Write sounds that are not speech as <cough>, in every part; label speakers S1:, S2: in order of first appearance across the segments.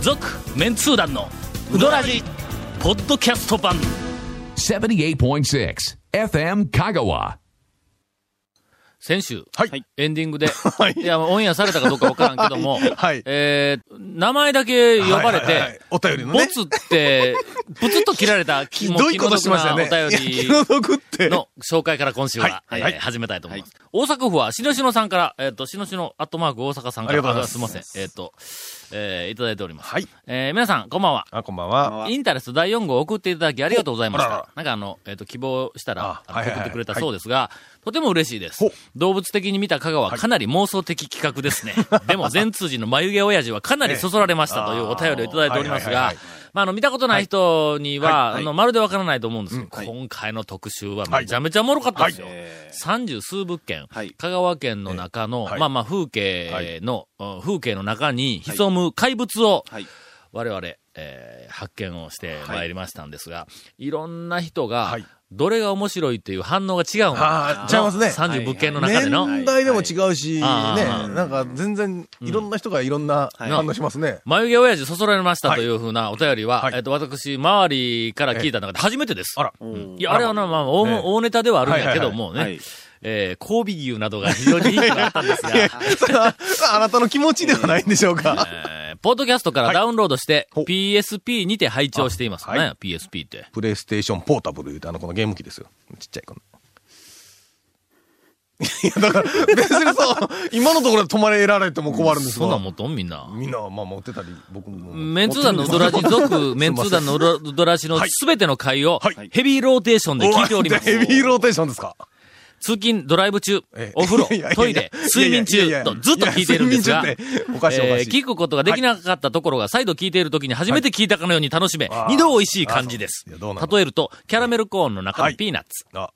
S1: 続メンツー団のウドラジポッドキャスト版
S2: 78.6 FM Kagawa.
S1: 先週、
S3: はい
S1: エンディングで、
S3: <laughs> はい
S1: いや、まあオンエアされたかどう
S3: <laughs>
S1: かわからんけども、
S3: はい
S1: えー、名前だけ呼ばれ
S3: はいはいはい
S1: て、
S3: お便りのね
S1: ボツって、ブツッと切られた、
S3: <laughs> ひ
S1: ひ
S3: どいことしましたよね。
S1: お
S3: <laughs>
S1: 便り
S3: いや気の毒って。
S1: の紹介から今週は、
S3: はい
S1: はい
S3: はい
S1: はい始めたいと思います。大阪府は、しのしのさんから、えっ、と、しのしのアットマーク大阪さんから、
S3: ありがとうございます
S1: あすいません、えっ、と、えーいただいております。
S3: はい。
S1: えー皆さん、こんばんは。
S3: あ、こんばんは。
S1: インタレスト第4号を送っていただきありがとうございまし
S3: おあら
S1: た。なんかあの、えっ、と、希望したら
S3: あはいはいは
S1: 送
S3: い
S1: ってくれたそうですが、とても嬉しいです
S3: ほう。
S1: 動物的に見た香川はかなり妄想的企画
S3: <laughs>
S1: ですね。でも、全通じの眉毛親父はかなりそそられましたというお便りをいただいております
S3: はいはい
S1: が
S3: はいはい、
S1: まあ、あの、見たことない人には、
S3: はいはい
S1: あの、まるでわからないと思うんですけど、
S4: はい
S1: 今回の特集は
S3: はい
S1: めちゃめちゃおもろかったですよ。
S4: え
S1: 三十数物件、
S4: はい
S1: 香川県の中の、
S3: はい
S1: まあまあ風景の、うん風景の中に潜む怪物を、
S4: ーはい。
S1: 我々、えー発見をしてまいりましたんですが、い、ろんな人が、
S3: はい
S1: どれが面白いっていう反応が違うの。
S3: あー、ちゃいますね。
S1: 30物件の中での、
S3: 年代でも違うし、ね。
S1: はいはいあー
S3: なんか全然、いろんな人がいろんな
S4: はい
S3: 反応しますね。
S1: 眉毛親父そそられました
S3: はい
S1: というふうなお便りは、
S3: はい
S1: えっと、私、周りから聞いた中で初めてです。
S3: あら。
S1: いや、あれはな、まあ、大,、
S3: ね
S1: 大ネタではあるんやけどもね、
S4: はい。
S1: えー神戸牛などが非常にいい気があったんですが、
S3: それはあなたの気持ちではないんでしょうか。
S1: えーポッドキャストからダウンロードして、
S3: ほう
S1: PSP にて拝聴しています。
S3: あはい
S1: 何や PSP って。
S3: プレイステーションポータブル言うて、あの、このゲーム機ですよ。ちっちゃいこの。いや、だから、別にそう、今のところで止まれられても困るんです
S1: そん
S3: わ
S1: なん持っとんみんな。
S3: みんなはまあ持ってたり、僕も。
S1: メンツー団のウドラジ族、メンツー団のウドラウドラジのすべての回を
S3: はい
S1: ヘビーローテーションで聞いており
S3: <laughs>
S1: ます。
S3: ヘビーローテーションですか
S1: 通勤、ドライブ中
S3: ええ、
S1: お風呂
S3: いやいやい、や
S1: トイレ、睡眠
S3: いやいや
S1: 中
S3: いや
S1: とずっと聞いているんですが、
S3: いや
S1: え
S3: 睡眠中って
S1: ー
S3: おかしいおかしい
S1: 聞くことができなかったところが再度聞いているときに初めて聞いたかのように楽しめ、
S3: はい
S1: 二度美味しい感じです
S3: あーそういやどうな。の
S1: 例えると、キャラメルコーンの中
S3: は
S1: の
S3: い
S1: ピーナッツ。
S3: あ、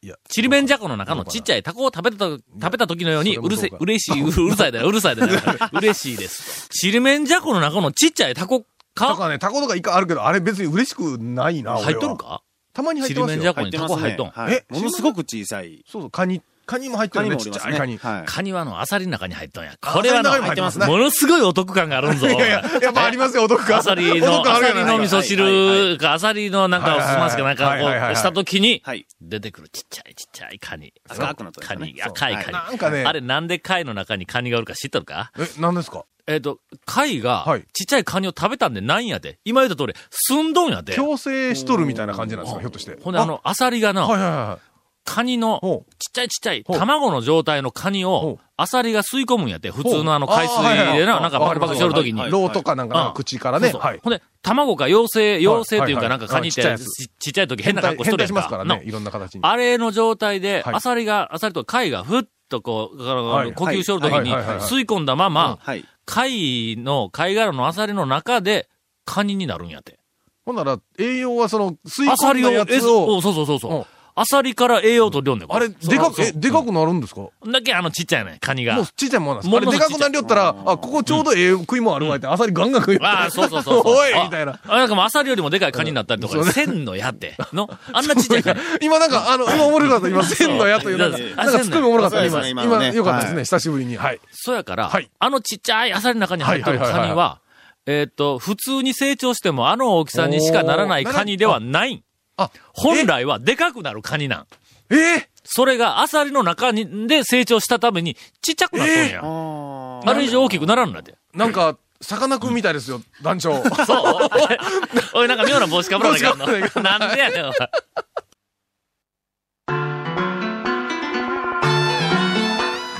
S3: いや。
S1: ちりめんじゃこの中のちっちゃいタコを食べたと、食べた時のように、
S3: そう
S1: る
S3: れも
S1: せ
S3: そうか、
S1: 嬉しい、うるうるさいだ
S3: <laughs>
S1: よ、うるさいだよ。嬉しいです。ちりめんじゃこの中のちっちゃいタコ
S3: だ
S1: か、
S3: からね、タコとかイカあるけど、あれ別に嬉しくないな、俺は
S1: 入っとるか
S3: たまに入っ
S1: ちり
S3: てま
S1: め
S3: す
S1: ん
S3: よ。
S1: じゃこ
S4: 入っ
S1: に
S4: て
S1: タ
S4: ま
S1: コ
S4: す
S1: 入
S4: ね
S1: っとん。。
S4: はい。ものすごく小さい。
S3: そうそう、カニ、カニも入って
S4: カ
S3: る
S4: ニ
S3: ね、
S4: も
S3: ち
S4: お
S3: っ
S4: り
S3: ち
S4: ます
S3: ゃい
S4: ね。
S3: カニ。
S4: はい。
S1: カニはあの、アサリの中に入っとんや。これは
S3: アサリの中に入ってますね
S1: の、ものすごいお得感があるんぞ。
S3: <laughs> いやいや、やっぱありますよ、お得感。
S1: アサリ
S3: お
S1: の、
S3: 得感あ
S1: ア
S3: る
S1: サ
S3: や
S1: リ
S3: ない
S1: の味
S3: ですか
S1: 噌汁か、アサリのなんかおすますかなんか
S3: はいはいはい
S1: こ
S3: は
S1: う、
S3: い
S1: したときに、
S4: はい。
S1: 出てくるちっちゃいちっちゃいカニ。
S4: 赤くなっとるや
S1: カ
S4: つね
S1: ニ、赤いカニ。
S3: なんかね
S1: あれなんで貝の中にカニがおるか知っとるか
S3: え、何ですか
S1: えっ、と、貝が
S3: はい、
S1: ちっちゃいカニを食べたんでないんやで。今言った通り、すんどんやで。
S3: 強制しとるみたいな感じなんですか、ひょっとして。
S1: ほんで、あの、アサリが
S3: あ、
S1: な、
S3: はいはいは
S1: カニの
S3: ほ、
S1: ちっちゃいちっちゃい、
S3: ほう
S1: 卵の状態のカニを
S3: ほう、
S1: アサリが吸い込むんやって。普
S3: い。
S1: 通のあの海水でな、なんかパクパクしとるときに。
S3: ローとかなんか
S1: うん
S3: 口からね。
S1: そうそう
S3: はい。
S1: ほんで、卵が妖精、妖精という
S3: は
S1: か
S3: い
S1: なんかカニって、
S3: はい
S1: ち
S3: はい
S1: っ
S3: ちっち
S1: ち
S3: ゃいやつ
S1: ゃい時変な格好しとる
S3: 変態
S1: や
S3: し
S1: ん
S3: ますから
S1: か。
S3: ね、
S1: ない
S3: ろんな形に。
S1: あれの状態で、
S3: はい
S1: アサリが、アサリとか貝がふっとこう、あの
S3: はい
S1: 呼吸しとるときに、
S3: はいはいはいはい
S1: 吸い込んだまま、
S4: はい。
S1: 貝の、貝殻のアサリの中で、カニになるんやって。
S3: ほんなら、栄養はその、吸い
S1: アサ
S3: 込ん
S1: リ
S3: だ
S1: を、
S3: や
S1: え
S3: つ
S1: そ
S3: を、
S1: うそうそうそう。
S3: うん
S1: アサリから栄養取りよんねんこ
S3: あれ、でかく、
S1: そう
S3: え、でかくなるんですか
S1: だけあのちっちゃいねん、カニが。
S3: もうちっちゃいもんなんです
S1: も
S3: あ
S1: のす
S3: れで
S1: ごい
S3: かくなりよったら、あ、ここちょうどええ食いもんあるわいって、アサリガンガン食いよっ
S1: <laughs>
S3: た
S1: ああ、そうそうそうそう。
S3: <laughs> おいみたいな。
S1: あ、なんかもうアサリよりもでかいカニになったりとか、千の矢って。のあんなちっちゃいカニ。
S3: <laughs> 今なんか、あの、今おもろかった、今、千の矢という、なんか、
S1: そう
S3: なんかツッコミおもろかった、
S4: そう
S3: 今。
S4: ですね今の
S3: 今、
S4: ね
S3: よかったです
S4: は
S3: ね、久しぶりに。はい。
S1: そやから、
S3: はい
S1: あのちっちゃいアサリの中に入ってるカニは、
S3: はいはいはい
S1: えーっ、と、普通に成長してもあの大きさにしかならないカニではない。
S3: あ、
S1: 本来はでかくなるカニなん。
S3: ええ
S1: それがアサリの中にで成長したためにちっちゃくなっとんや。
S4: あ
S1: あれ以上大きくならんのやで。
S3: なんか、さかなクンみたいですよ、団長。は
S1: そう <laughs> おい、なんか妙な帽子かぶらなきゃい
S3: 帽子
S1: かんの。なんでやねん、おい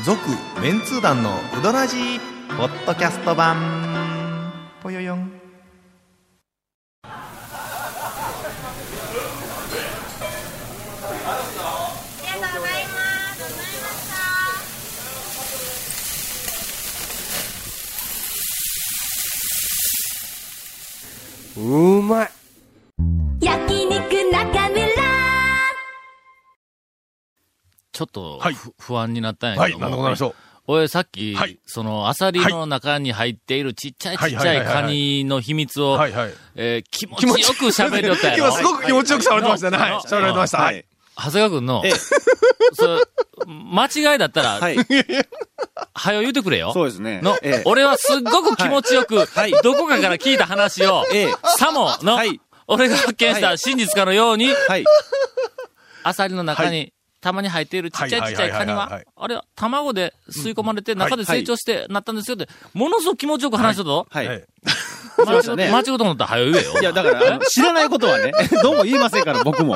S5: 続メンツー団のウドラジーポッドキャスト版ぽよよん
S6: 焼肉中村
S1: ちょっと、
S3: はい
S1: ふ不安になったんやけ
S3: い、
S1: ど
S3: なん
S1: も。
S3: でございましょう。
S1: 俺、さっき、
S3: はい
S1: その、アサリの中に入っているちっちゃいちっちゃいカニの秘密を、
S3: はい、はい。
S1: えー気持ちよく喋りよったやろ。
S3: 今、すごく気持ちよく喋ってましたね。はい、喋られてました。はい。
S4: い。
S1: 長谷川くんの、
S4: ええ
S1: そ間違いだったら、
S4: はい。
S1: はよ言うてくれよ。
S4: そうですね。
S1: の、
S4: ええ
S1: 俺はすっごく気持ちよく、
S4: い
S1: どこかから聞いた話を、
S4: ええ
S1: さもの、
S4: はい
S1: 俺が発見した真実かのように、
S4: はい。
S1: アサリの中に、たまに入っているちっちゃいちっちゃいカニ
S3: はいはいはいはいは
S1: は、あれは卵で吸い込まれて中で
S4: はい
S1: 成長してなったんですよって、ものすごく気持ちよく話したぞ。
S4: はい。
S3: え
S1: 間
S4: ま
S1: 違
S4: した
S1: う
S4: ね
S1: 間違うと思ったら早言えよ。
S4: いや、だから、あの知らないことはね、 <laughs> どうも言いませんから、僕も。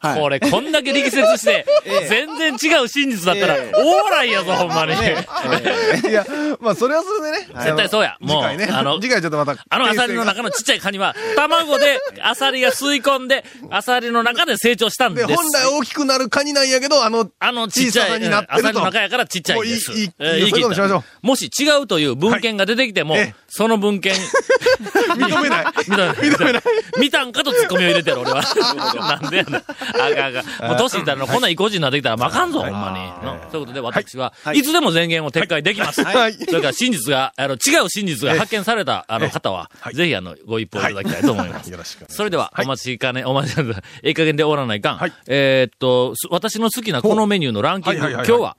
S4: はい。
S1: これ、こんだけ力説して、全然違う真実だったら、
S4: ええ
S1: オーライやぞ、ほんまに。
S5: いや、まあ、それはそれでね。
S1: <laughs> 絶対そうや。
S5: あの
S1: もう、
S5: 次回ね。
S1: あの、
S5: 次回ちょっとまた。
S1: あのアサリの
S5: 訂正が
S1: 中のちっちゃいカニは、
S5: <laughs>
S1: 卵でアサリが吸い込んで、アサリの中で成長したんで。
S5: です本来大きくなるカニなんやけど、あの、
S1: あのちっちゃ
S5: 小さ
S1: い、
S5: な
S1: う
S5: に
S1: ん
S5: なっ
S1: ア
S5: て
S1: サ
S5: ると
S1: リの中やからちっちゃいんです。
S5: もういいいい
S1: えー
S5: そういうことにしましょう
S1: もし違うという文献が出てきても、
S5: はいええ
S1: その文献、
S5: 認めない。
S1: <laughs> 見た見たんかとツッコミを入れてる、俺は。 <laughs> なんでやな。あかんあかん。もう年いったら、こんなん意固地になってきたら、まかんぞ、ほんまに。のということで、私は、いつでも前言を撤回できます。
S5: はい
S1: それから真実が、あの、違う真実が発見された、あの方は、ぜひ、あの、ご一報いただきたいと思います。
S5: よろしくお願いします
S1: それでは、お待ちかね、お待ちかね、ええ加減で終わらないかん。えーっと、す私の好きなこのメニューのランキング、
S3: はい
S1: 今
S3: はいはい
S1: 日は、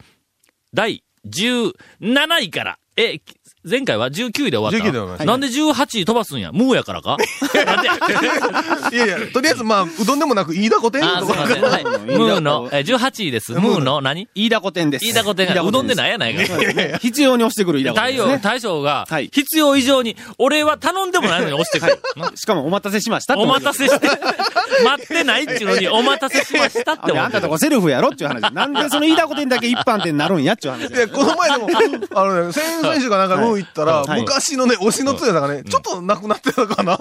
S1: 第17位から、え、前回は19位で終わった。
S3: 19で終わりました
S1: なんで18位飛ばすんやムーやからかなんでや
S5: いやいや、とりあえず、まあ、うどんでもなく、飯田古店
S1: あー、
S5: の
S1: す
S5: と
S1: い
S5: ころ
S1: ません。
S5: から。
S1: はいムーの、えー、18位です。ムーの何
S4: 飯田古典です。
S1: 飯田古典が、うどんでないやないか。
S4: 必要に押してくる飯田
S1: 太
S4: 古典
S1: 陽、
S4: です、ね。
S1: 大将が
S4: はい、
S1: 必要以上に、俺は頼んでもないのに押してくる。な
S4: しかもお待たせしましたっ
S1: <laughs>
S4: て
S1: お待た
S4: せ
S1: せして、待ってないっていうのに、お待たせしましたって思
S4: あ
S1: っ
S4: ん
S1: て
S4: た
S1: る
S4: と。こセルフやろっていう話。なんでその飯田古典だけ一般店になるんやっていう話。
S5: いや、この前でも、あのね、選手がなんかもう行ったら、
S4: はい
S5: 昔のね、推しの通夜さんがね、ちょっとなくなってたかな。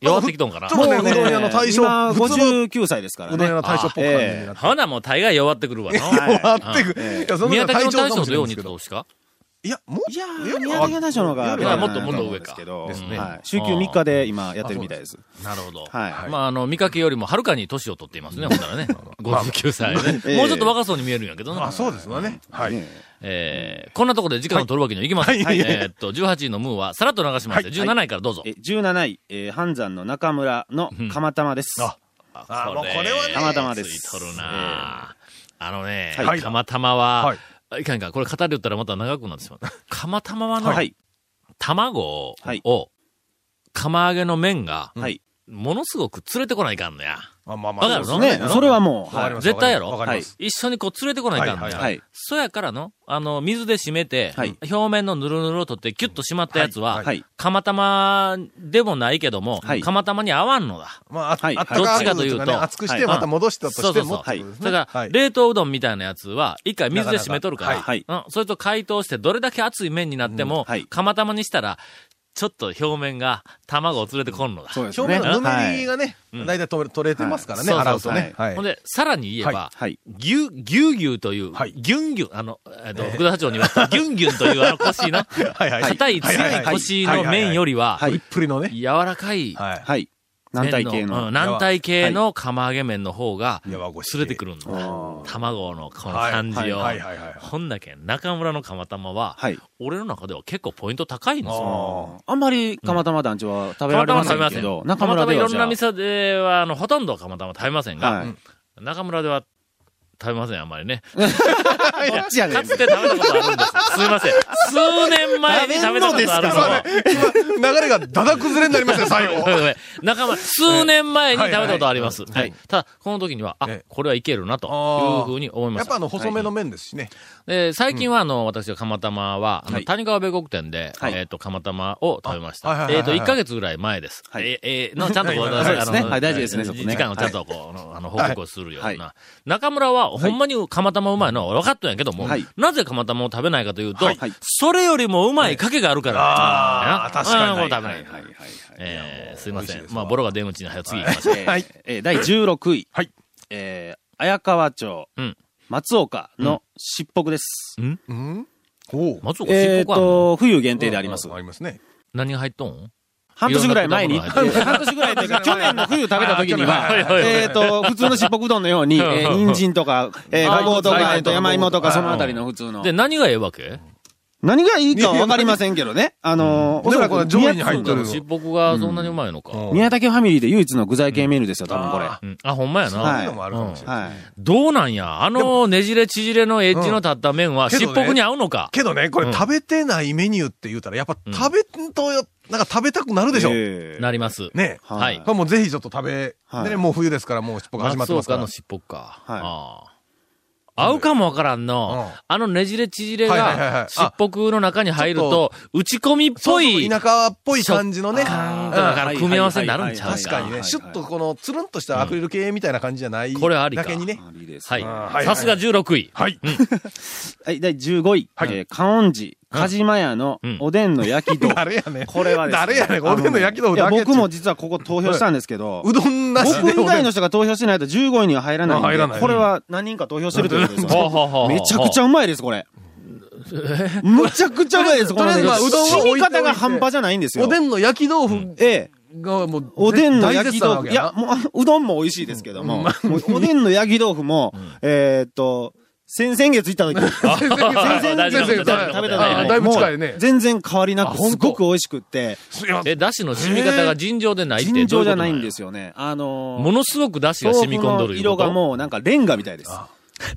S1: 弱ってきとんかな
S5: ち。ょっとね、うどん屋の大将、
S4: 今
S5: 普通の
S4: 59歳ですから
S5: うどん
S4: ね
S5: 屋。の大将っぽく感じになって。
S1: ほな、もう大概弱ってくるわな。
S5: 終わってく。いや、その
S1: 宮
S5: 時は
S1: 崎の
S5: 隊長
S1: 大将
S5: か
S1: と
S5: もしれな
S1: よ
S5: いう
S1: に
S5: ですけ
S1: ど
S5: ど
S1: う。ですか
S5: いや、もう
S4: いやー、宮崎大将の方が
S5: いや
S1: もっともっと上か
S4: ですけど
S5: ですね
S4: はい週休3日で今やってるみたいです。
S1: なるほど。
S4: はい
S1: まあ、あの、見かけよりもはるかに年を取ってい <laughs> ますね、ほんならね。59歳ね。
S4: ええ
S1: もうちょっと若そうに見えるんやけどな。
S5: あ、そうですわね。はい。
S4: ね
S1: えーこんなところで時間を取るわけにはいきません。
S5: はい
S1: えーっと、18位のムーはさらっと流しますよ。17位からどうぞ。
S4: え17位、えー、半山の中村の釜玉です。
S5: あ、もう <laughs> これはね、
S4: たまたまです
S1: ついとるなあ、あのね、
S4: はい
S1: たまたまは、、
S3: はい
S1: かんいかん、これ語りよったらまた長くなってしまう。かまたまはの、
S4: はい。
S1: 卵を、
S4: はい
S1: 釜揚げの麺が、
S4: はい。
S1: ものすごく連れてこないかんのや。
S3: あまあま
S1: わか
S3: あ
S1: る
S4: そ
S1: の
S4: うね。それはもう、
S3: わか
S4: は
S3: り
S4: い。
S3: ます。
S1: 絶対やろ
S3: わかります。
S1: 一緒にこう連れてこないかんのや。
S3: はい
S4: はいはい
S1: そやからの、あの、水で締めて、
S4: はい
S1: 表面のぬるぬるを取ってキュッと締まったやつは、
S3: はい
S4: はい。
S1: 釜玉でもないけども、
S4: はい
S1: 釜玉に合わんのだ。
S5: まあ、あ
S4: はい
S5: あったか
S1: どっちか
S5: く
S1: と
S5: と
S1: い
S5: いうう
S1: と
S5: かね、熱くし
S4: は
S5: て、
S4: い
S5: また戻したと
S1: そう
S5: して
S1: そう
S5: も
S1: そう。
S5: ってことですね。
S1: だから、
S5: はい
S1: 冷凍うどんみたいなやつは、一回水で締めとるから、
S4: なかなか
S1: うんそれと解凍してどれだけ熱い麺になっても、
S4: んはい
S1: 釜玉にしたら、ちょっと表面が卵を連れてこんのだ。
S4: そうです
S5: 表
S4: ね。
S5: 面のぬ
S4: は
S5: めり
S4: い。
S5: がね、
S1: うん
S5: 大体取れ取れてますからね、
S1: はい
S5: 洗うとね。はい
S1: ほんで、さらに言えば、
S4: はい。
S1: ぎゅ、ぎゅうぎゅうという、
S3: はい
S1: ぎゅんぎゅん、あの、えっと、福田社長に言われた、ぎゅんぎゅんというあの腰の、
S5: はいはい。
S1: 硬い
S5: は
S1: 強い
S5: は
S1: 腰の麺よりは、
S4: はい
S5: プリップリのね。
S1: 柔らかい
S3: はい。
S4: はい。軟体
S1: 麺
S4: 系
S1: の、うん
S4: の。
S1: 軟体系の釜揚げ麺の方が、
S3: い
S1: 連
S3: や和腰
S1: れてくるんだ。
S4: あ
S1: 卵のこの
S3: はい
S1: 感じを
S3: はいはいはいはい。
S1: ほんだけん、中村の釜玉は、
S4: はい
S1: 俺の中では結構ポイント高いんですよ。
S3: あ
S4: あんまり釜玉団地は食べら
S1: 釜玉
S4: れま
S1: 食
S4: せ
S1: べま
S4: ん
S1: せ
S4: け
S1: ん。
S4: ど、
S1: 釜玉いろんな
S4: は
S1: 店では、あの、ほとんど釜玉食べませんが、
S4: はい。
S1: 中村では食べません、あんまりね。
S4: どっちやね
S1: か
S4: ん
S1: つ。て食べたことあるんです。すいません。数年前に食べたことある
S4: 食べんの
S1: の。
S5: 流れがだだ崩れになりますね、最
S3: <laughs>
S5: 後。
S1: ごめんごめん中村、数年前に食べたことあります。
S3: はい
S1: は
S3: はい
S1: い。ただ、この時には、あ
S3: ええ、
S1: これはいけるな、と
S3: あー
S1: いうふうに思いま
S5: やっ
S1: し
S5: ぱあ
S1: た。
S5: の、細めの麺ですしね。
S1: で最近は、あの、私は釜玉は、あの
S4: はい
S1: 谷川米国店で、
S4: はい
S1: えっと、釜玉を食べまし
S3: あはい
S1: た。
S3: はい
S1: え
S3: はい
S1: っと、1ヶ月ぐらい前です。
S4: はい
S1: え、え、の、ちゃんとこう、
S4: はい
S1: あの
S4: そうですねはい大事ですねそこね
S1: 時間をちゃんとこう、あのあの、報告をするよ
S4: は
S1: う
S4: い
S1: な。中村は、ほんまに釜玉うまいのは分かったんやけども
S4: はい、
S1: なぜ釜玉を食べないかというと
S4: はいはい、
S1: それよりもうまい賭けがあるから。
S3: ああ、確か
S1: うん
S3: に。
S1: もう食べない。
S4: はいはい
S1: えー、すいませ
S3: 美味しい
S1: ん
S3: で。す
S1: まあ、ボロが出口に、はよ、次行きましょう。
S4: はい。はい。えー第16位。
S3: はい。
S4: えー綾川町
S1: うん。
S4: 松岡のしっぽくです。
S5: うんおう
S1: 松岡漆
S4: え
S1: 黒か
S4: っ
S1: あんの
S4: と、冬限定であります
S3: うん。ありますね。
S1: 何が入っとん
S4: 半年ぐらい前に、
S1: いろんな果
S4: 半年ぐらいというか、去年の冬食べた時には
S1: あ去年はいはい、はい
S4: えっと、普通のしっぽくうどんのように、え
S1: はいはいはい
S4: ー人参とか、えーごぼうと
S5: は
S4: か、
S5: い
S4: えーと山芋とか、そのあたりの普通の。
S1: で、何がええわけ
S4: 何がいいかわかりませんけどね。あのー、おそら
S3: でも
S4: く
S3: これ上位に入っ
S4: 宮
S3: てる
S1: しっぽくがそんなにうまいのか。
S3: うん
S4: 宮武ファミリーで唯一の具材系メニューですよ、多分これ。
S1: うんあ、ほんまやな。
S4: は
S3: そういうのもあるかもしれない。
S4: はい。
S1: どうなんやあのねじれ縮れのエッジの立った麺は、
S3: んけど
S1: しっ
S3: ね
S1: ぽくに合うのか、
S3: けどね、こ
S1: うん
S3: れ食べてないメニューって言うたら、やっぱ食べんとよ、なんか食べたくなるでしょ。
S4: ええ
S1: なります。
S3: ね。
S4: は
S1: はいい
S3: こ。れもうぜひちょっと食べ、
S4: はい
S3: でね、もう冬ですから、もうしっぽが始まってますから。
S1: 松岡のしっぽか。
S4: はい
S1: ああ合うかもわからんの、
S3: うん
S1: あのねじれ縮れ
S3: はいはいはいはい
S1: が
S3: あ、
S1: しっぽくの中に入る
S3: ちょ
S1: と、打ち込みっ
S3: そ
S1: ぽ
S3: うそう
S1: い
S3: 田舎っぽい感じのね。
S1: 感
S3: う
S1: とか
S3: ん
S1: から組み合わせになるんちゃう
S3: 確かにね、シュッとこの、つるんとしたアクリル系みたいな感じじゃない。
S1: これありか
S3: だけにね。
S4: あいいです
S1: はい
S4: ね
S3: はいは。い
S1: さすが16位。
S3: はい。
S4: はい、第15位。
S3: はい
S4: えー、カオンジ、カジマヤの
S1: うん
S4: おでんの焼き
S3: <laughs>
S4: 道。
S3: 誰やねん。
S4: これはですね。
S3: 誰やねん、おでんの焼き
S4: あ
S3: 豆腐
S4: のい
S3: だ
S4: や、
S3: けって。
S4: 僕も実はここ投票したんですけど、
S3: うどんなしでおでん。
S4: 僕以外の人が投票しないと15位には入らないん
S3: あ入ら
S4: で、
S3: ない
S4: これは何人か投票してるということです
S1: ほう
S4: よ。
S1: ほうほうほう
S4: めちゃくちゃうまいです、これ。むちゃくちゃうまいです、この
S3: とりあえずまあうどんは置いと
S4: 染
S3: い
S4: み
S3: て
S4: 方が半端じゃないんですよ。
S3: おでんの焼き豆腐
S4: ええ。
S3: がもう、
S4: おでんの
S3: 大
S4: 焼
S3: 絶
S4: き
S3: 賛な
S4: 豆
S3: わ
S4: 腐。
S3: け
S4: いや、もうあの、うどんも美味しいですけども、もうおでんの焼き豆腐も、えーっと、先々月行った時、
S3: 先生
S1: 全然
S3: 先生 <laughs>
S1: 全然
S3: だ
S4: 食べた
S1: はいは
S4: 時
S1: い
S4: に
S3: だいぶ近いね
S4: もう。全然変わりな
S3: あ
S4: く、
S3: ほん
S4: す
S3: と
S4: ごく美味しくって、
S3: すいません
S1: え、だしの染み方が尋常でないって
S4: 尋常じゃ
S1: どう
S4: な
S1: うこと
S4: いんですよね。あのー
S1: ものすごく出汁が染み込んど
S4: 豆
S1: るい
S4: 腐
S1: う
S4: の色
S1: こと
S4: がもうなんかレンガみたいです。
S1: <laughs>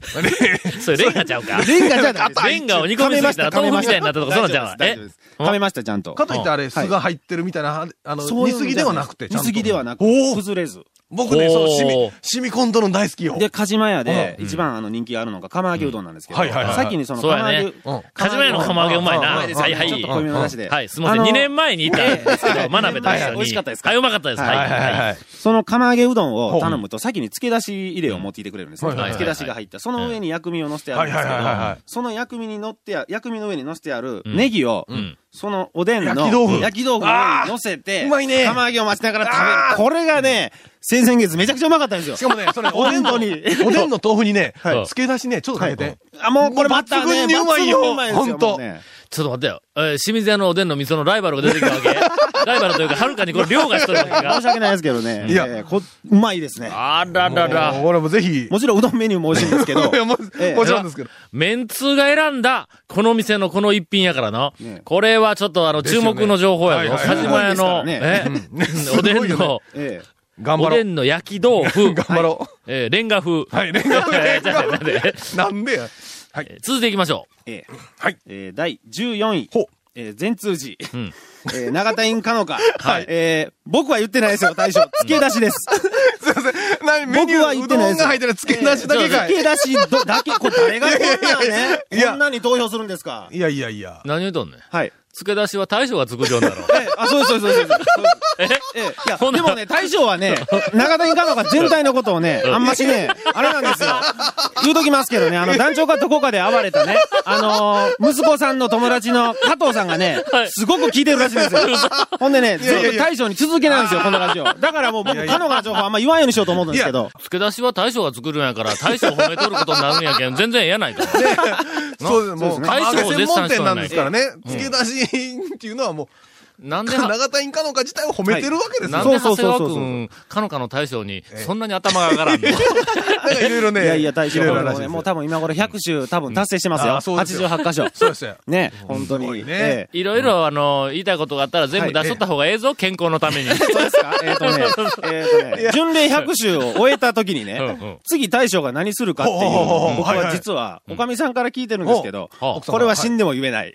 S1: それレンガちゃうか。
S4: レンガじゃな
S1: <laughs>
S4: いです。
S1: レンガを煮込みすぎたら豆腐みたいになったとか、そ
S4: 噛
S1: うなん
S4: め
S1: ち
S4: ま
S1: ゃうわ
S4: した。
S1: え
S4: 大丈夫です大丈夫です噛めました、ちゃんと。
S3: かといってあ
S4: うん
S3: れ、
S4: はい
S3: 酢が入ってるみたいな、あの、
S4: そう
S3: 煮
S4: いう
S3: す
S4: の
S3: ぎ
S4: じ
S3: で
S4: ゃ
S3: はいなくて、ちゃん
S4: 煮
S3: と
S4: すぎではなく、
S3: おー
S4: 崩れず。
S3: 僕ね、
S1: おー
S3: そう、染み、染み込んどるの大好きよ。
S4: で、カジマ屋で一番あの人気があるのが釜揚げうどんなんですけど、
S3: うんはいはいはい
S4: 先にその
S1: そうや
S4: 釜
S1: ね
S4: 揚げ、
S3: うん
S1: カジマ屋の釜揚げうまいな。
S3: う
S1: は
S3: ん
S1: い
S3: うん
S1: はい。
S4: ちょっと濃いめの出汁で。
S1: はい、すみません。
S4: あの
S1: 2年前に行ったんです <laughs> けど、真鍋大
S4: は
S1: 将
S4: い
S1: に。
S4: 美味しかったですか
S1: はい、うまかったです。はい。
S4: はい
S1: はい。
S4: その釜揚げうどんを頼むと、先に漬け出し入れを持ってきてくれるんですね。
S3: はいはいはい
S4: 漬け出しが入った。その上に薬味を乗せてあるんですけど
S3: はいはいはいはい、
S4: その薬味に乗ってあ、薬味の上に乗せてあ
S1: ん
S4: るネギを
S1: ん、
S4: そのおでんの
S3: 焼き豆腐
S4: 焼き豆腐の上に乗せて、
S3: あーうまいね
S4: 釜揚げを待ちながら食べる。これがね、先々月めちゃくちゃうまかったんですよ
S3: し。かもね、それ、 <laughs> おでんの、
S4: 本
S3: お
S4: 当に
S3: でんの豆腐にね、
S1: い
S3: 漬け出しね、ちょっとかけて。
S4: あ、もうこれまたね、
S3: 抜群にうまいよ
S4: 抜群にうまです
S3: ほんと
S4: もうね
S1: ちょっと待ってよ。えー清水屋のおでんの味噌のライバルが出てきたわけライバルというか、はるかにこれ、量がしとるわけ
S4: 申
S1: が
S4: し。訳ないですけどね。
S3: いや
S4: えーこうまいですね。
S1: あらら
S3: も
S1: ら。
S3: う俺もぜひ、
S4: もちろんうどんメニューも美味しいんですけど
S3: <laughs> いやもう、
S4: ええ
S3: もちろんですけど。
S1: メンツーが選んだ、この店のこの一品やからな
S4: ね。
S1: これはちょっとあの、
S3: です
S1: 注
S3: よね
S1: 目の情報やぞ。
S3: はいはい
S1: カ
S3: はい
S1: ジマ屋の、え
S3: <laughs>
S1: おでんの、
S4: ええ
S3: 頑張
S1: お
S3: ろ
S1: で
S3: う。
S1: んの焼き豆腐。
S3: 頑張ろ
S1: えーレンガ風。
S3: う。はい、レンガ
S1: <laughs> えーちょっと待って
S3: なんでや。はい。
S1: えー続いていきましょう。
S4: ええ
S3: はい
S4: えー第14位。
S3: ほう
S4: えー全通寺。
S1: ん
S4: えー長田院かのか。
S1: はい
S4: えー僕は言ってないですよ、大将。漬け出しです。
S3: すいません。何、メニ
S4: 僕
S3: ュ
S4: は
S3: ー、
S4: 言っ
S3: う
S4: て
S3: ど
S4: ないで
S3: ん
S4: すよ
S3: が入ってる漬け出しだけか
S4: 漬
S3: い。
S4: け出しどだけ、これ誰がこんなのね、
S3: いやいやいや
S4: こんなに投票するんですか。
S3: いやいやいや。
S1: 何を言うとんねん。
S4: はい。
S1: 漬け出しは大将が作るようになろう。
S4: ええあ、そうです、そうです、そうです。そうですええいや、
S1: ほんな
S4: で
S1: ら
S4: もね、大将
S3: <laughs>
S4: はね、長谷川のが全体のことをね、あんましね、あれなんですよ。言うときますけどね、あの、団長がどこかで暴れたね、あのー息子さんの友達の加藤さんがね
S1: は、い
S4: すごく聞いてるらしいん
S3: <laughs>
S4: ですよ。ほんでね、
S3: いやいやいや
S4: ずっと大将に続けなんですよ、このラジオ。だからもう僕、
S3: いやいや
S4: カノガの情報あんま言わんようにしようと思うんですけど。
S1: 漬け出しは大将が作るんやから、大将褒めとることになるんやけ
S4: <laughs>
S1: ん、全然ええやないか。
S3: そうです、もう、
S1: 大
S3: 釜
S1: 将
S3: 揚
S1: を
S3: げ
S1: 絶賛
S3: 専門
S1: し
S3: 店
S1: とん
S3: な
S1: ね
S3: ん
S1: ん
S3: ですからね。漬け出しっていうのはも
S1: なん
S3: う、
S4: <laughs>
S1: では、
S3: 長田インカノカ自体を褒めてるわけですよ。
S1: なん
S4: そう
S1: で
S4: そ
S1: 長谷川
S4: うそうそう
S1: くん、かのかの大将に、そんなに頭が上がらん
S4: <laughs>
S1: の
S3: なんかいろいろね。
S4: いやいや、大
S3: い
S4: 将、
S3: ろい
S4: も
S3: ろらし
S4: う
S3: いで
S4: ね、
S3: す
S4: もう多分今頃100周多分達成してます
S3: うん
S4: よ。
S3: あそうですよ
S4: 88箇所。
S3: そうですよ。
S4: ね、本当に。
S3: ごいね
S4: ええ
S1: いろいろ、あの、言いたいことがあったら全部出しとった方がええぞ、健康のために。
S4: <laughs> そうですかえっ、とね、えっ、とね、巡礼百周を終えた時にね、
S1: うんうん
S4: 次大将が何するかっていう
S3: ほう
S4: の
S3: ほうほうほ
S4: を、
S3: う
S4: 僕
S3: はい
S4: は
S3: はい
S4: 実は、おかみさんから聞いてるんですけど、
S1: ほうほう
S4: これは死んでも言えない。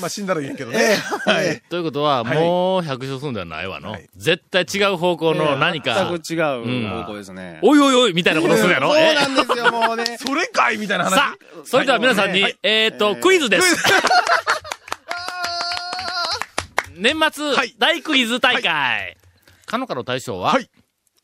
S3: まあ、死んだら言えんけどね。はい。
S1: ということは、もう百姓するんではないわの。絶対違う方向の何か、
S4: 全く違う方向ですね。
S1: おいおいおいみたいなことするやろ。ええ
S4: そうなんですよ、もうね。
S3: それかいみたいな話。
S1: さあ、それでは皆さんに、えーっと、クイズです。
S3: <laughs>
S1: 年末、
S3: はい
S1: 大クイズ大会。かのかの大将は、
S3: はい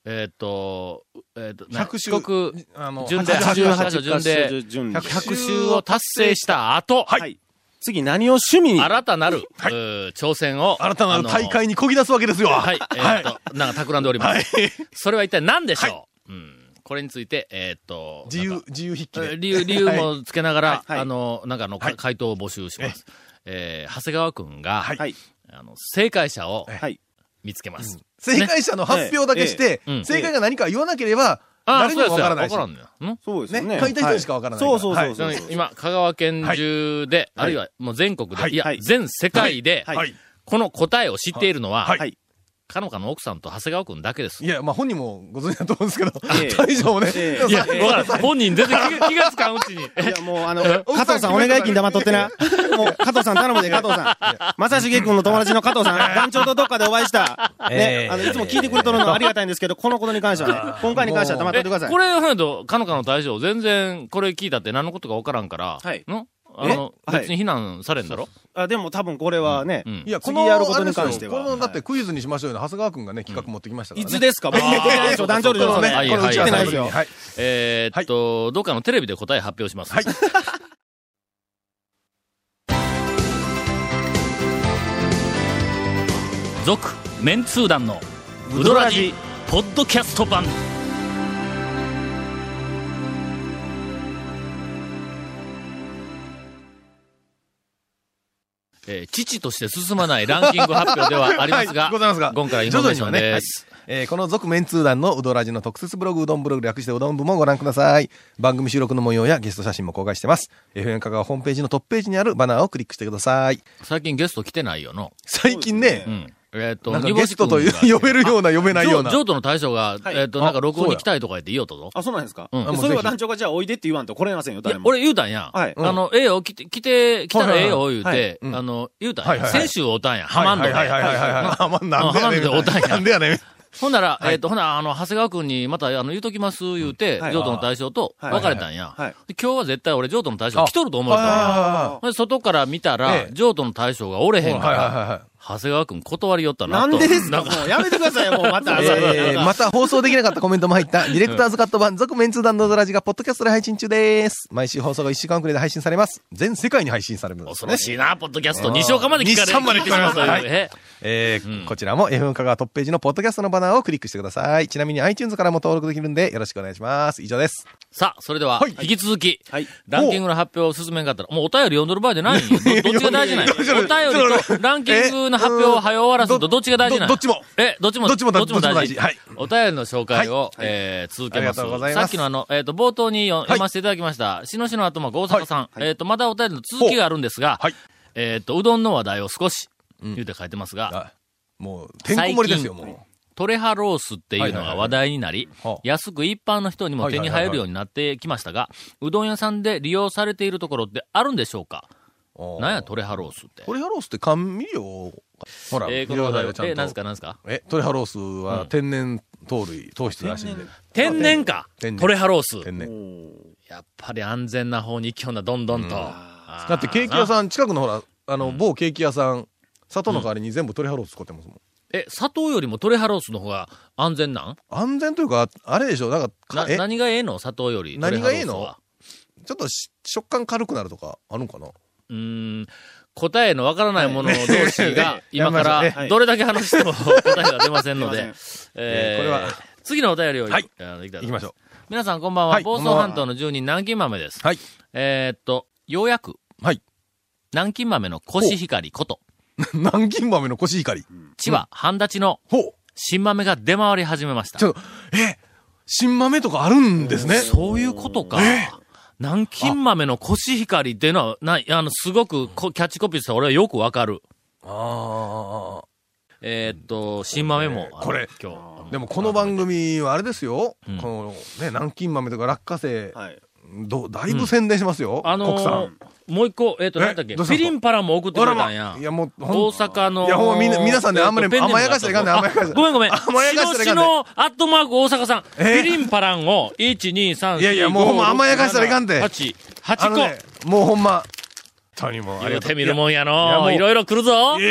S1: えーっと、えーっと、な
S3: 100周
S1: 四国
S3: あの
S1: 巡礼、88箇所巡礼、
S4: 順で。
S1: 100周を達成した後、
S3: はい
S4: はい。次何を趣味に
S1: 新たなる、
S3: はいう
S1: ー挑戦を、
S3: 新たな
S1: あ
S3: る
S1: の
S3: 大会にこぎ出すわけですよ。
S1: はい、えーっと、なんか企んでおります。それは一体何でしょう、うん、これについて、えーっと、
S3: 自
S1: なん
S3: 由
S1: か、
S3: 自由筆記
S1: えー
S3: で。
S1: 理由、理由もつけながら、
S4: はい
S1: あの、なんかあの、か回答を募集します。えー長谷川くんが、
S3: はい
S4: はい。
S1: あの、正解者を
S4: はい。
S1: 見つけます。
S3: 正解者の発表だけして
S1: う、ん
S3: 正解が何か言わなければ、
S1: ああ、
S3: 誰
S1: そ
S3: に
S1: う
S3: も
S1: です
S3: わ
S1: よ。
S3: から
S1: わ
S3: ないし
S1: からんのよ。ん
S4: そうですよね。
S3: ね書いた人にしかわからないから
S4: そうそうそうそう
S1: なので今、香川県中で、あるいはもう全国で、
S3: はい
S1: いや
S4: はい、
S1: 全世界で、
S4: はい
S3: はい。
S1: この答えを知っているのは、
S3: はい
S4: はい
S1: かのかの奥さんと長谷川くんだけです。
S3: いや、まあ本人もご存知だと思うんですけど、
S4: ええ
S3: 大丈夫ね。
S4: え
S1: いや、わからん。本人全然気が気がつかんうちに。
S4: いや、もう、あの、加藤さん、お願い金玉取って <laughs> な。もう、加藤さん頼むで、加藤さん。正成君の友達の加 <laughs> 藤さん、団長とどっかでお会いした。ね、あの、いつも聞いてくれとるのはありがたいんですけど、このことに関してはね、今回に関しては黙っといてください。
S1: これ、ほんと、かのかの大将、全然、これ聞いたって何のことかわからんから、
S4: はい
S1: のあの、
S4: えはい
S1: 別に非難されんだろ
S4: あ、でも多分これはね
S1: う、ん
S3: いや、こ
S4: 次
S3: の、
S4: やることに関しては
S3: あれですよこの、だってクイズにしましょうよね。長谷川くんがね、企画持ってきましたから
S4: い
S3: ね。
S4: つですか僕言ってないでしょ、団長でし
S3: そ
S4: ょ、
S3: う
S4: そ
S3: ね。
S4: れ
S1: はい
S3: これ打ち合わせの時に
S4: はい
S3: はい。
S1: えーっと、どっかのテレビで答え発表します。
S3: はい
S1: <laughs> 続、メンツー団の、ウドラジ、ポッドキャスト版。えー、父として進まないランキング発表ではありますが、
S3: はいございますが
S1: 今回インフォメーションです。
S3: えーこの続面通談のうどらじの特設ブログ、うどんブログ略してうどん部もご覧ください。番組収録の模様やゲスト写真も公開してます。FM 香川ホームページのトップページにあるバナーをクリックしてください。
S1: 最近ゲスト来てないよの。
S3: 最近ね
S1: う、ん。えーっと
S3: なん、か
S1: 煮干
S3: ゲ
S1: し
S3: ストと
S1: 君
S3: いう
S1: が
S3: 呼べるような呼べないような。
S1: 譲渡の大将が、
S4: はい
S1: えっ、と、なんか
S3: あ
S1: 録音
S3: そう
S1: に
S3: や
S1: 来たいとか言って言おうとぞ。
S4: あ、そうなんですか
S1: うん
S3: あもう
S4: それ
S3: ぜ
S4: は
S3: ひ
S4: 団長がじゃあおいでって言わんと来れませんよ、
S1: い
S4: 誰
S1: や、
S4: も。
S1: 俺言うたんや。
S4: はい
S1: あの、ええよ、来て、来て、来たらええよ、言うて、
S4: はいは
S3: うん
S1: あの、言うたんや。
S3: はいはいはい
S1: 先週おうたんや。ハ
S3: はい
S1: マンド
S3: は
S1: で。
S3: いはいはいはいはい。あまあなんでや
S1: ハマ
S3: ね
S1: ンドでおったんや
S3: なんでやねん。
S1: ほんなら、えっ、と、ほな、あの、長谷川くんに、また、あの、言うときます、言うて、
S4: はい
S1: 譲渡の大将と
S4: はい
S1: 別れたんや。
S4: はい
S1: で今日は絶対俺、譲渡の大将来とると思うとんや。
S3: あ
S1: ほんで外から見たら
S3: ええ、
S1: 譲渡の大将がおれ
S3: ー
S1: へんか
S3: はいはい
S1: ら、
S3: はいはい。
S1: 長谷川くん断りよったな
S4: な
S1: と。
S4: んでです
S1: な
S4: か
S1: ん
S4: もうやめてくださいよ、もうまた。
S3: えーまた放送できなかったコメントも入
S1: <laughs>
S3: った、ディレクターズカット版、続メンツー団のドラジが、ポッドキャストで配信中です。毎週放送が1週間遅れで配信されます。全世界に配信されるんで
S1: 恐
S3: すね
S1: ろ。しいな、ポッドキャスト。西岡まで聞かれ
S3: 西岡まで聞かれます
S1: 聞かれ
S3: はい
S1: え
S3: えー
S1: うん
S3: こちらも F カがトップページのポッドキャストのバナーをクリックしてください。ちなみに iTunes からも登録できるんで、よろしくお願いします。以上です。
S1: さあ、それでは、
S3: はい
S1: 引き続き、
S4: はい
S1: ランキングの発表を進めんかったら、もうお便り読んどる場合じゃないんよどどっちが大事なんよお
S3: いやいやいや
S1: 便りとランキングの発表を早終わらすと、
S3: ど
S1: どっちが大事なん
S3: ど
S1: よ
S3: どっちも
S1: え、どっちも、
S3: どっちもだ
S1: 大
S3: どっちも大事はい
S1: お便りの紹介を、えー続け
S3: あり
S1: ま
S3: が
S1: す
S3: とうござい
S1: さ
S3: ます
S1: っきのあの、えっ、と、冒頭によ読ませていただきました、しのしの頭が大阪さん、えっ、と、まだお便りの続きがあるんですが、
S3: はい
S1: えっ、と、うどんの話題を少し、言うて書いてますが、
S3: あもう、てんこ盛りですよ、
S1: 最近
S3: も
S1: トレハロースっていうのが話題になり
S3: いはいはいは、あ
S1: 安く一般の人にも手に入るようになってきましたが、うどん屋さんで利用されているところってあるんでしょうか
S3: う。
S1: なんや
S3: と。
S1: トレハロースって。
S3: トレハロースって甘味料ほら、
S1: えーこの話題
S3: 料
S1: は
S3: 理、は
S1: えー、なんす
S3: ちゃんと。
S1: かなんすか
S3: え、トレハロースは天然糖類、糖質らしいんで。
S1: 天然か
S3: 天然
S1: トレハロース。
S3: 天然。
S1: やっぱり安全な方に行きよんな、どんどんと。だ
S3: だってケーキ屋さん、近くのほら、あの、某ケーキ屋さん、砂糖の代わりに全部トレハロース使ってますもん。
S1: え、砂糖よりもトレハロースの方が安全なん
S3: 安全というか、あれでしょ、なんか
S1: な、、
S3: え、
S1: 何がええの砂糖より。トレハロースは
S3: 何がええのちょっとし食感軽くなるとか、あるんかな
S1: うーん答えのわからないもの同士
S3: <laughs>
S1: が、今か
S3: やめま
S4: しょう
S1: ら、
S4: ね
S1: どれだけ話しても答えが出ません
S3: <laughs>
S1: の
S4: 出
S1: で
S4: ま、
S1: えー
S3: えーこれは
S1: 次のお便りを、
S3: はい
S1: あのいきたいと思い
S3: 行きましょう。
S1: 皆さんこんばんは。
S3: はい
S1: 房総半島の住人、南京豆です。
S3: はい。 <laughs>
S1: えーっと、ようやく、
S3: はい。
S1: 南京豆のコシヒカリこと、
S3: 南京豆のコシヒカリ。
S1: 千葉半立ちの
S3: ほう。
S1: 新豆が出回り始めました
S3: ち。ょっと、え、新豆とかあるんですね。
S1: そういうことか。南京豆のコシヒカリっていうのは、ない、あの、すごくこキャッチコピーとして俺はよくわかる。
S3: あ
S1: えーっと、新豆も。
S3: これ
S1: あの今日。
S3: あ。でもこの番組はあれですよ。
S1: うん
S3: このね、南京豆とか落花生、
S4: はい。
S3: どだいぶ宣伝してますよ。
S1: あの
S3: 国
S1: ー
S3: 産。、
S1: もう一個、えっ、と、
S3: え
S1: なんだっけ、
S3: どうした
S1: ピ
S3: んすか
S1: リンパラも送ってくれたんや
S3: い。やもう、
S1: 大
S3: ほん
S1: 阪の。
S3: いやもうみんな皆さんねあんまり
S1: えっとペンネーム
S3: 甘やかしたらいかんね
S1: あ
S3: 甘やかしたら
S1: ごめんごめん。
S3: <laughs> 甘やかしたらいかんね
S1: のアットマーク大阪さん。
S3: えー
S1: ピリンパランを、1、2、3、4、5、6、7、8、8個。
S3: いやいやもうほんま甘やかしたらいかんて
S1: 8、
S3: あのね、もうほんま、本当にもうあ
S1: 言
S3: り
S1: う
S3: がとう
S1: てみるもんや
S3: いやも
S1: の。
S3: う
S1: いろいろ来るぞ。
S3: い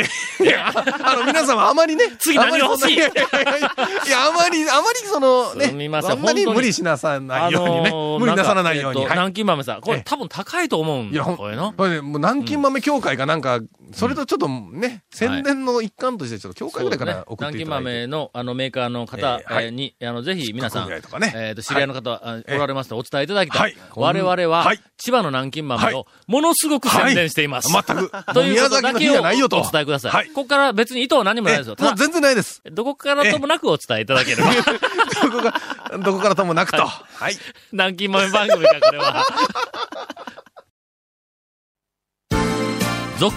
S3: や、あの、皆様あまりね。
S1: 次何が欲しい
S3: あまりそんないやいやいやいや、あまり、あまりそのね、
S1: すみません
S3: あんまり
S1: 本当に
S3: 無理しなさな
S1: あ
S3: いようにね。
S1: のー
S3: 無理なさらないように。
S1: んかえっと
S3: はい
S1: 南京豆さん。これ
S3: ええ
S1: 多分高いと思うん
S3: いや、ほん、
S1: これの。
S3: これねもう南京豆協会かなんか、それとちょっとね、宣伝の一環として、ちょっと協会ぐらいから送って
S1: 南京
S3: いただいて。
S1: 豆の、あの、メーカーの方
S3: えーはい
S1: えーに、あの、ぜひ皆さん、
S3: 各ぐらいとかね
S1: えっと、知り合いの方、あおられましたらお伝えいただきた
S3: はいい。
S1: 我々は
S3: はい、
S1: 千葉の南京豆
S3: は
S1: を、ものすごく宣伝しています。
S3: 全く。
S1: <laughs> と
S3: もう
S1: いうこ
S3: 宮
S1: と
S3: 崎
S1: だ
S3: の
S1: け
S3: 日
S1: を
S3: じ
S1: お
S3: ゃないよと。
S1: 伝えください。
S3: はい
S1: ここから別に意図は何もないですよ。
S3: え
S1: ただ
S3: もう全然な
S1: <laughs>
S3: いです。
S1: どこからともなくお伝えいただけ
S3: <laughs>
S1: れば。
S3: どこが、どこからともなくと。はい。
S1: 南京豆番組か、これは。 <laughs> 続、